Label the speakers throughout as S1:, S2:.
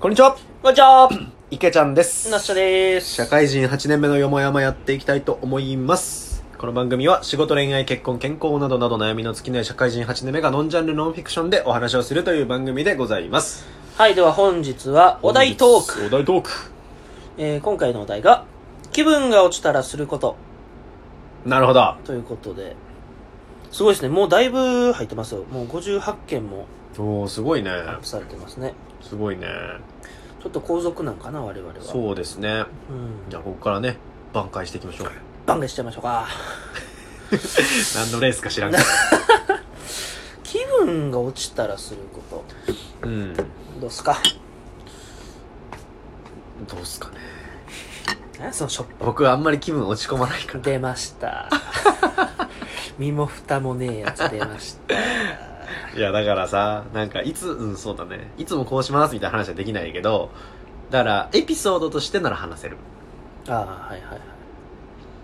S1: こんにちは
S2: こんにちは。
S1: 池ちゃんです
S2: なっしゃです。
S1: 社会人8年目のよもやまやっていきたいと思いますこの番組は仕事恋愛結婚健康などなど悩みの尽きない社会人8年目がノンジャンルノンフィクションでお話をするという番組でございます
S2: はい、では本日はお題トーク。
S1: お題トーク
S2: えー、今回のお題が、気分が落ちたらすること
S1: なるほど
S2: ということで、すごいですね。もうだいぶ入ってますよ。もう58件も
S1: おおすごいね
S2: アップされてますね。
S1: すごいね
S2: ちょっと後続なんかな、我々は。う。
S1: そうですね
S2: うん。
S1: じゃあここからね挽回していきましょう
S2: バンガしちゃいましょうか。
S1: 何のレースか知らん けど
S2: 気分が落ちたらするこ
S1: う
S2: と。
S1: ん
S2: どうっすか
S1: どうっすかね
S2: えそのショップ。
S1: 僕あんまり気分落ち込まないから
S2: 出 ました。身も蓋もねえやつ出ました。
S1: いや、だからさ、なんか、いつ、うん、そうだね。いつもこうしますみたいな話はできないけど、だから、エピソードとしてなら話せる。
S2: ああ、はいはいはい。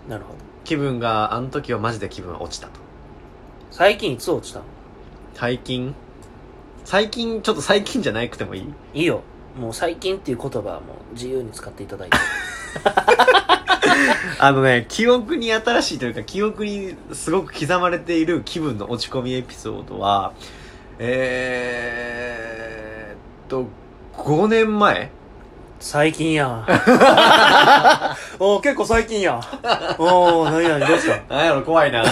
S2: なるほど。
S1: 気分が、あの時はマジで気分は落ちたと。
S2: 最近いつ落ちたの
S1: 最近最近、ちょっと最近じゃなくてもいい
S2: いいよ。もう最近っていう言葉はもう自由に使っていただいて。
S1: あのね、記憶に新しいというか、記憶にすごく刻まれている気分の落ち込みエピソードは、えーっと、5年前
S2: 最近やん。 おー結構最近やん。おー、何々どうした
S1: なんやろ、怖 いな。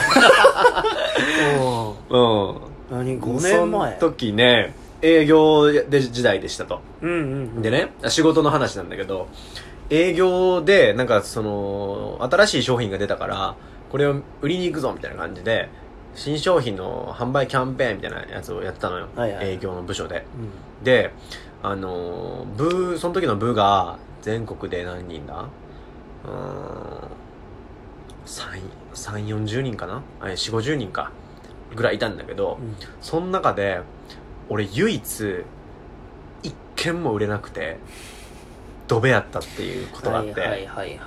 S2: おー、
S1: うん。
S2: 何 ?5 年前
S1: その時ね、営業で時代でしたと。
S2: うんうん。
S1: でね、仕事の話なんだけど、営業で、なんかその、新しい商品が出たから、これを売りに行くぞみたいな感じで、新商品の販売キャンペーンみたいなやつをやってたのよ。
S2: はいはい
S1: 営業の部署で。で、あのー、部、その時の部が、全国で何人だうーん、3、3、40人かなあれ、4、50人か。ぐらいいたんだけど、
S2: うん。
S1: その中で、俺唯一、一件も売れなくて、ドベやったっていうことがあ
S2: は
S1: っ
S2: い
S1: て、
S2: はいはいはいはい。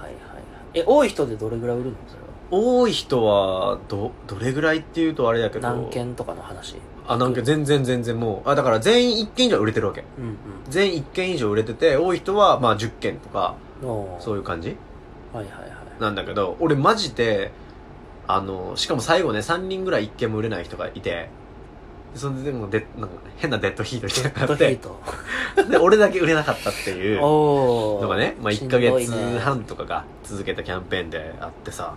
S2: え、多い人でどれぐらい売るのそれは。
S1: 多い人は、ど、どれぐらいっていうとあれだけど、
S2: 何件とかの話。
S1: あ、何件、全然全然もう、あ、だから全員一件以上売れてるわけ。
S2: うん
S1: 全員一件以上売れてて、多い人は、まあ10件とか、
S2: うん。おー
S1: そういう感じ
S2: はいはいはい。
S1: なんだけど、俺マジで、あの、しかも最後ね、3人ぐらい一件も売れない人がいて、それでもで、なんか変なデッドヒートみたいなのが
S2: ド
S1: あっ
S2: ヒー
S1: て、
S2: ト。
S1: で、俺だけ売れなかったっていう。
S2: おー。
S1: のがね、まあ、
S2: し
S1: 1
S2: ん
S1: ヶ
S2: どいね
S1: 月半とかが続けたキャンペーンであってさ、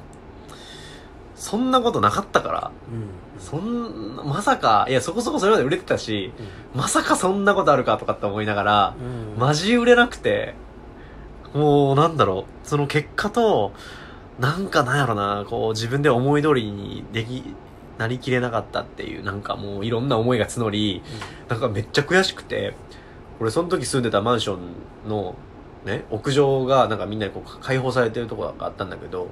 S1: そんなことなかったから、
S2: うん。
S1: そんな、まさか、いや、そこそこそれまで売れてたし、まさかそんなことあるかとかって思いながら、
S2: うん。うん
S1: マジ売れなくて、もうなんだろう、その結果と、なんかなんやろな、こう自分で思い通りにでき、なりきれなかったっていう、なんかもういろんな思いが募り、なんかめっちゃ悔しくて、俺その時住んでたマンションの、ね、屋上がなんかみんなにこう開放されてるとこがあったんだけど、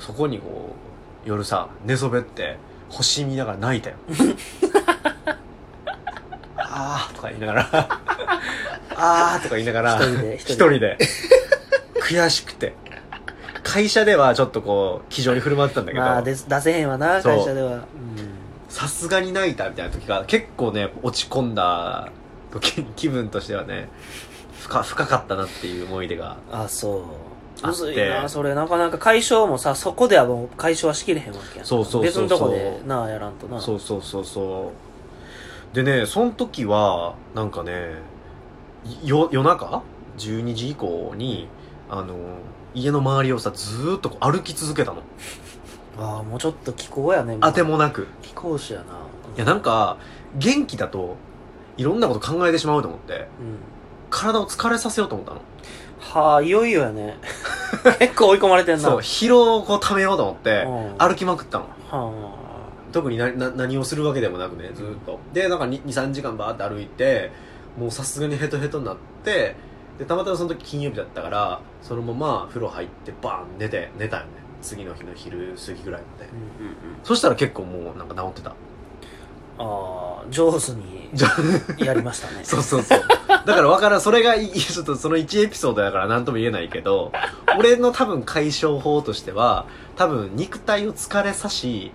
S1: そこにこう、夜さ、寝そべって、星見ながら泣いた よ。あーとか言いながら、あーとか言いながら、
S2: 一人で
S1: 一人で。悔しくて。会社ではちょっとこう、気丈に振る舞ってたんだけど。
S2: まあ、出す出せへんわな、
S1: そう
S2: 会社では。
S1: さすがに泣いたみたいな時が結構ね落ち込んだ時気分としてはね深深かったなっていう思い出が
S2: あ、そう。
S1: あって
S2: むずいな、それ。なかなか解消もさ、そこではもう解消はしきれへんわけやん。
S1: そうそうそうそう
S2: 別のとこで、なあ、やらんとな。
S1: そうそうそうそうでねその時はなんかねよ夜中12時以降にあの家の周りをさずーっとこう歩き続けたの
S2: ああ、もうちょっと気候やね。
S1: あて。もなく
S2: 気候子やな。
S1: いやなん。か元気だといろんなこと考えてしまうと思って
S2: うん。
S1: 体を疲れさせようと思ったの
S2: はあ、いよいよやね。 結構追い込まれてんな。
S1: そう疲労をこう溜めようと思って
S2: うん
S1: 歩きまくったの
S2: は
S1: 特になな何をするわけでもなくねずっとでなんか23時間バーって歩いてもうさすがにヘトヘトになってでたまたまその時金曜日だったからそのまま風呂入ってバーン寝て寝たよね次の日の昼過ぎぐらいまで
S2: あ。うんうんうん。
S1: そしたら結構もうなんか治ってた
S2: ああ、上手に
S1: じゃ
S2: やりました ね。
S1: そうそうそうだからわからんそれがい ちょっとその1エピソードだから何とも言えないけど俺の多分解消法としては多分肉体を疲れさし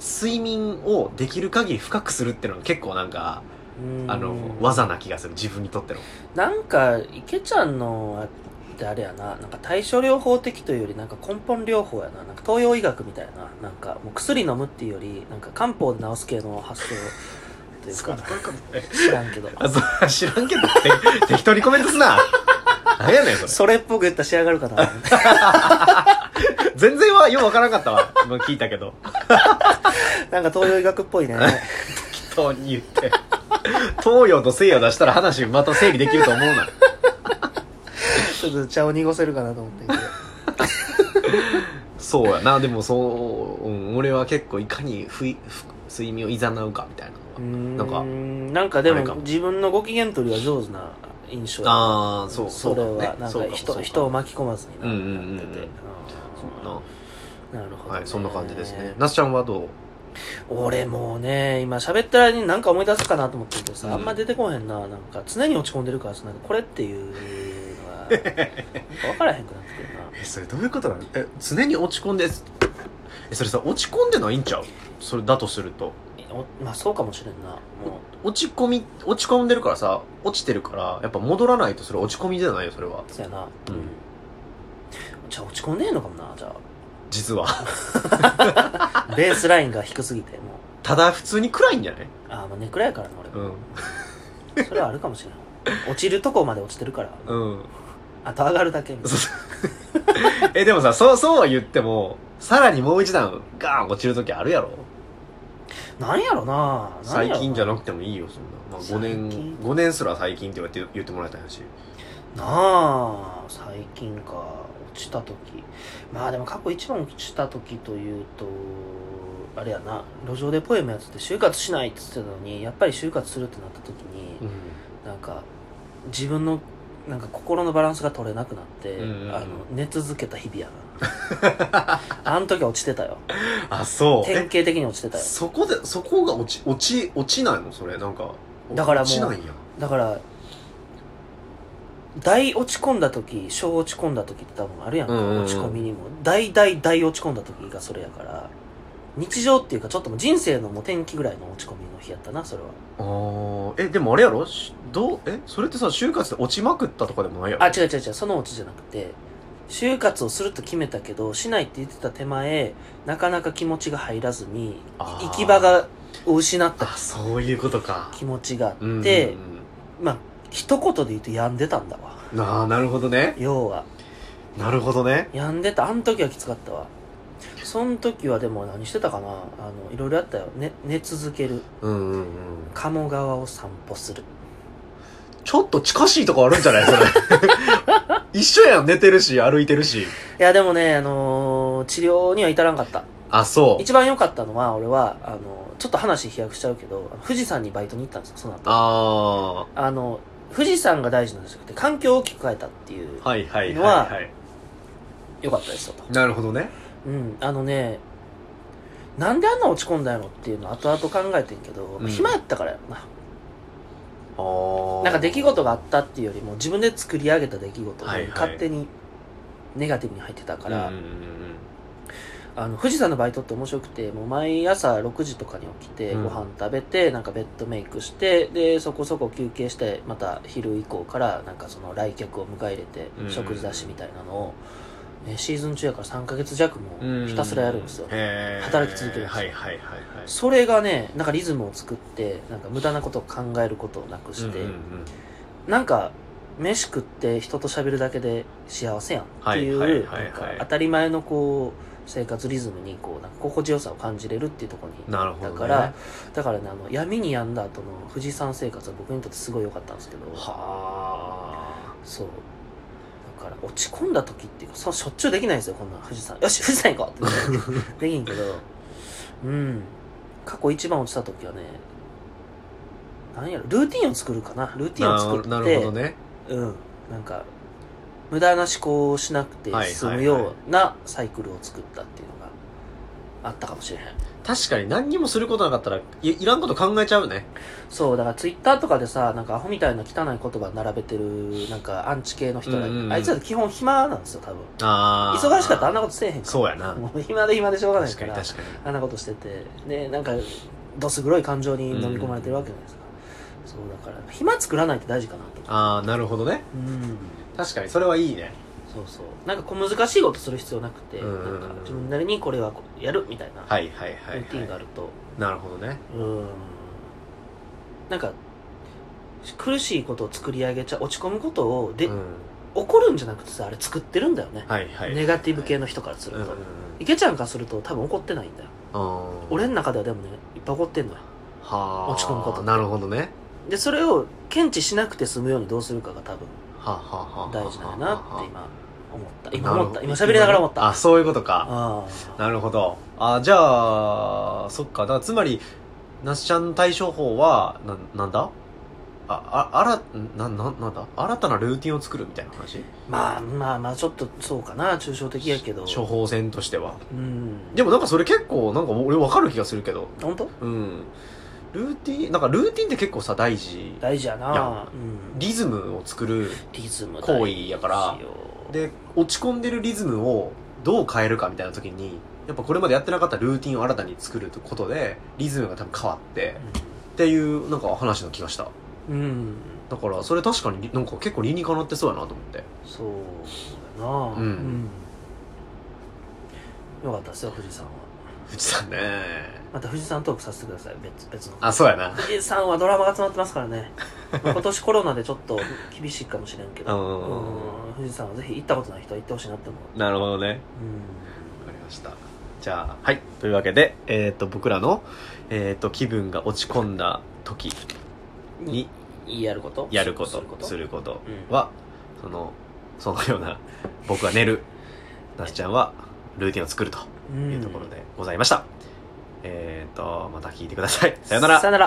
S1: 睡眠をできる限り深くするっていうのが結構なんか
S2: うん
S1: あの、技な気がする、自分にとっての。
S2: なんか、池ちゃんの、ってあれやな、なんか対処療法的というより、なんか根本療法やな、なんか東洋医学みたいな、なんかもう薬飲むっていうより、なんか漢方で治す系の発想という
S1: そん
S2: か
S1: な、ことない
S2: 知らんけど。
S1: あ、そう、知らんけど、て適当にコメントすな。何やねん、それ。
S2: それっぽく言ったら仕上 がるかな。
S1: 全然は、ようわからんかったわ。今聞いたけど。
S2: なんか東洋医学っぽいね。
S1: 適当に言って。東洋と西洋出したら話また整理できると思うな。
S2: ちょっと茶を濁せるかなと思ってんけど。
S1: そうやな、でもそう、うん、俺は結構いかにふいふ睡眠をいざなうかみたいなの
S2: うー
S1: は。
S2: ん
S1: なんか
S2: なんかで
S1: あれか
S2: も
S1: も
S2: 自分のご機嫌取りは上手な印象や
S1: ああ、そう、
S2: それ
S1: うだ
S2: は
S1: ね
S2: なん
S1: そう
S2: か
S1: も
S2: 人
S1: そう
S2: 人を
S1: も
S2: 巻き込まずに
S1: うんうんうんうん
S2: なってて
S1: そう
S2: うん
S1: な。
S2: なるほど、
S1: はい、そんな感じですね。なすちゃんはどう
S2: 俺もうね今喋ったらに何か思い出すかなと思ってるけどさ、
S1: うん
S2: あんま出てこへんななんか常に落ち込んでるからさなんかこれっていうのがなんか分からへんくなってくるな
S1: え、それどういうことなのえ、常に落ち込んで、え、それさ、落ち込んでないんちゃうそれだとすると。
S2: おまあそうかもしれんなも
S1: 落ち込み、落ち込んでるからさ、落ちてるから、やっぱ戻らないとそれ落ち込みじゃないよ、それは。
S2: うそうやな
S1: うん
S2: じゃあ落ち込んでんのかもなじゃ
S1: 実は。
S2: あベースラインが低すぎてもう
S1: ただ普通に暗いんじゃない
S2: ああまあねくらいやからな俺も、
S1: うん。
S2: それはあるかもしれない落ちるとこまで落ちてるから、
S1: うん。
S2: あと上がるだけみたい
S1: そうえ、でもさ、そう、そうは言っても、さらにもう一段、ガーン落ちるときあるやろ
S2: ななんやろな
S1: 最近じゃなく
S2: て
S1: てもいいよ、そんな。まあ、5
S2: 最近
S1: 年、5年すら最近って言って言ってもらいたいし。
S2: なあ最近か落ちた時まあでも過去一番落ちた時というとあれやな路上でポエムやってて就活しないって言ってたのにやっぱり就活するってなった時に、なんか自分のなんか心のバランスが取れなくなって、
S1: うんうんうん
S2: あの寝続けた日々やなあの時は落ちてたよ
S1: あ、そう。
S2: 典
S1: え、
S2: 型的に落ちてたよ
S1: そこで、そこが落ち、落ち、落ちないのそれ、なんか。
S2: だからもう
S1: 落ちないんや。
S2: だから大落ち込んだ時小落ち込んだ時って多分あるやんか、
S1: うんうんうん
S2: 落ち込みにも大大大落ち込んだ時がそれやから日常っていうかちょっともう人生のもう天気ぐらいの落ち込みの日やったなそれは
S1: あー、え、でもあれやろしどう、え、それってさ、就活で落ちまくったとかでもないやろ
S2: あ違う違う違うその落ちじゃなくて就活をすると決めたけどしないって言ってた手前なかなか気持ちが入らずに
S1: あー
S2: 行き場がを失った
S1: あ、そういうことか。
S2: 気持ちがあって、
S1: うんうん
S2: まあ一言で言うと病んでたんだわ
S1: うん、なあ、なるほどね。
S2: 要は
S1: なるほどね。
S2: やんでたあん時はきつかったわそん時はでも何してたかなあのいろいろやったよ、ね、寝続ける
S1: うんうんうん。
S2: 鴨川を散歩する
S1: ちょっと近しいとこあるんじゃないそ れ。一緒やん、寝てるし、歩いてるし。
S2: いやでもね、あのー治療には至らんかった
S1: あ、そう。
S2: 一番良かったのは俺はあのちょっと話飛躍しちゃうけどあの富士山にバイトに行ったんですよその後
S1: あ
S2: あの富士山が大事なんじゃなくて環境を大きく変えたっていう
S1: ー。はいはい
S2: の
S1: はい、は。
S2: はい良かったですよと
S1: なるほどね。
S2: うんあのねなんであんな落ち込んだんやろっていうの後々考えてんけど、
S1: うん
S2: 暇やったからやろな
S1: あー。
S2: なんか出来事があったっていうよりも自分で作り上げた出来事
S1: はいはい
S2: で勝手にネガティブに入ってた
S1: か
S2: から、
S1: うんうんうん
S2: あの富士山のバイトって面白くてもう毎朝6時とかに起きて
S1: うん
S2: ご飯食べてなんかベッドメイクしてでそこそこ休憩してまた昼以降からなんかその来客を迎え入れて
S1: うん
S2: 食事出しみたいなのを、えーシーズン中やから3ヶ月弱
S1: うんう
S2: も
S1: ん。
S2: ひたすらやるんですよ、
S1: へー
S2: 働き続けるんです
S1: は
S2: よ
S1: いはいはいはい。
S2: それがねなんかリズムを作ってなんか無駄なことを考えることをなくして、
S1: うんうんうん
S2: なんか飯食って人と喋るだけで幸せやんってい
S1: はいはいうはい
S2: なんか
S1: はい
S2: 当たり前のこう生活リズムにこうなんか心地よさを感じれるっていうところに
S1: なるほど、
S2: だ
S1: ね。
S2: からだからねあの闇に病んだ後の富士山生活は僕にとってすごい良かったんですけど
S1: は
S2: そうだから落ち込んだ時っていうかそうしょっちゅうできないんですよこんなん富士山よし富士山行こうってねできんけどうん過去一番落ちた時はねなんやろルーティンを作るかなルーティンを作っ
S1: ー。
S2: て
S1: ななるほどね。
S2: うん、なんか無駄な思考をしなくて済むようなサイクルを作ったっていうのがあったかもしれへん
S1: 確かに何にもすることなかったらい、いらんこと考えちゃうね。
S2: そうだからツイッターとかでさなんかアホみたいな汚い言葉並べてるなんかアンチ系の人がいて、
S1: うんうんうん
S2: あいつら基本暇なんですよ多分
S1: あー。
S2: 忙しかったらあんなことせえへんから
S1: そうやな。
S2: もう暇で暇でしょうがない
S1: 確か
S2: か
S1: に
S2: ら
S1: 確かに。
S2: あんなことしててでなんかどす黒い感情に飲み込まれてるわけじゃないですか、そうだから暇作らないって大事かなとか
S1: ああ、なるほどね。
S2: うん
S1: 確かに、それはいいね。
S2: そうそうなんか小難しいことする必要なくて、
S1: うんうんうん
S2: なんか自分なりにこれはこうやるみたいな
S1: はいはいは
S2: ル
S1: い、
S2: ーティンが
S1: は
S2: あると、
S1: い。なるほどね。
S2: うんなんか苦しいことを作り上げちゃ落ち込むことをで、
S1: うん、
S2: 怒るんじゃなくてさあれ作ってるんだよね、
S1: はいはい。
S2: ネガティブ系の人からす
S1: うん
S2: る
S1: うん
S2: と、
S1: うん
S2: 池ちゃんからすると多分怒ってないんだよ
S1: あー
S2: 俺の中ではでもねいっぱい怒ってんのよ
S1: はあ
S2: 落ち込むこと
S1: なるほどね。
S2: でそれを検知しなくて済むようにどうするかが多分
S1: はあ、はあはあ、
S2: 大事なんやなって
S1: は
S2: 今思った
S1: あ
S2: 今思った
S1: なるほ
S2: 今
S1: ど
S2: 喋りながら思った
S1: あ、そういうことか。
S2: ああ
S1: なるほど。あ、じゃあ、そっか。だからつまり、なっしゃん対処法は、な、なんだあ、あ、あら、んな、な、なんだ新たなルーティンを作るみたいな話
S2: まあまあまあちょっとそうかな抽象的やけど
S1: 処方箋としては。
S2: うん
S1: でもなんかそれ結構、なんか俺わかる気がするけど。
S2: 本当
S1: うん。ルーティン、なんかルーティンって結構さ、大事。
S2: 大事やない
S1: や
S2: うん
S1: リズムを作る
S2: リズム
S1: 行為やから
S2: 大事よ
S1: で落ち込んでるリズムをどう変えるかみたいな時にやっぱこれまでやってなかったルーティンを新たに作ることでリズムが多分変わってっていうなんか話の気がした
S2: うんうん
S1: だからそれ確かになんか結構理にかなってそうやなと思って
S2: そうやな
S1: うん
S2: うんよかったですよ富士山は
S1: 藤さんね
S2: また富士山トークさせてください別別の
S1: あそうやな
S2: 富士山はドラマが詰まってますか らねまあ今年コロナでちょっと厳しいかもしれんけ
S1: う
S2: ど
S1: ん
S2: うん富士山はぜひ行ったことない人は行ってほしいなって思う
S1: なるほどね
S2: うん
S1: わかりましたじゃあはいというわけでえっ、と僕らのえっ、と気分が落ち込んだ時に
S2: やること
S1: やること
S2: する
S1: すること
S2: うん
S1: は、そのそのような僕は寝るなすちゃんはルーティンを作ると
S2: うん
S1: いうところでございました、えっ、とまた聞いてくださいさよなら
S2: さよなら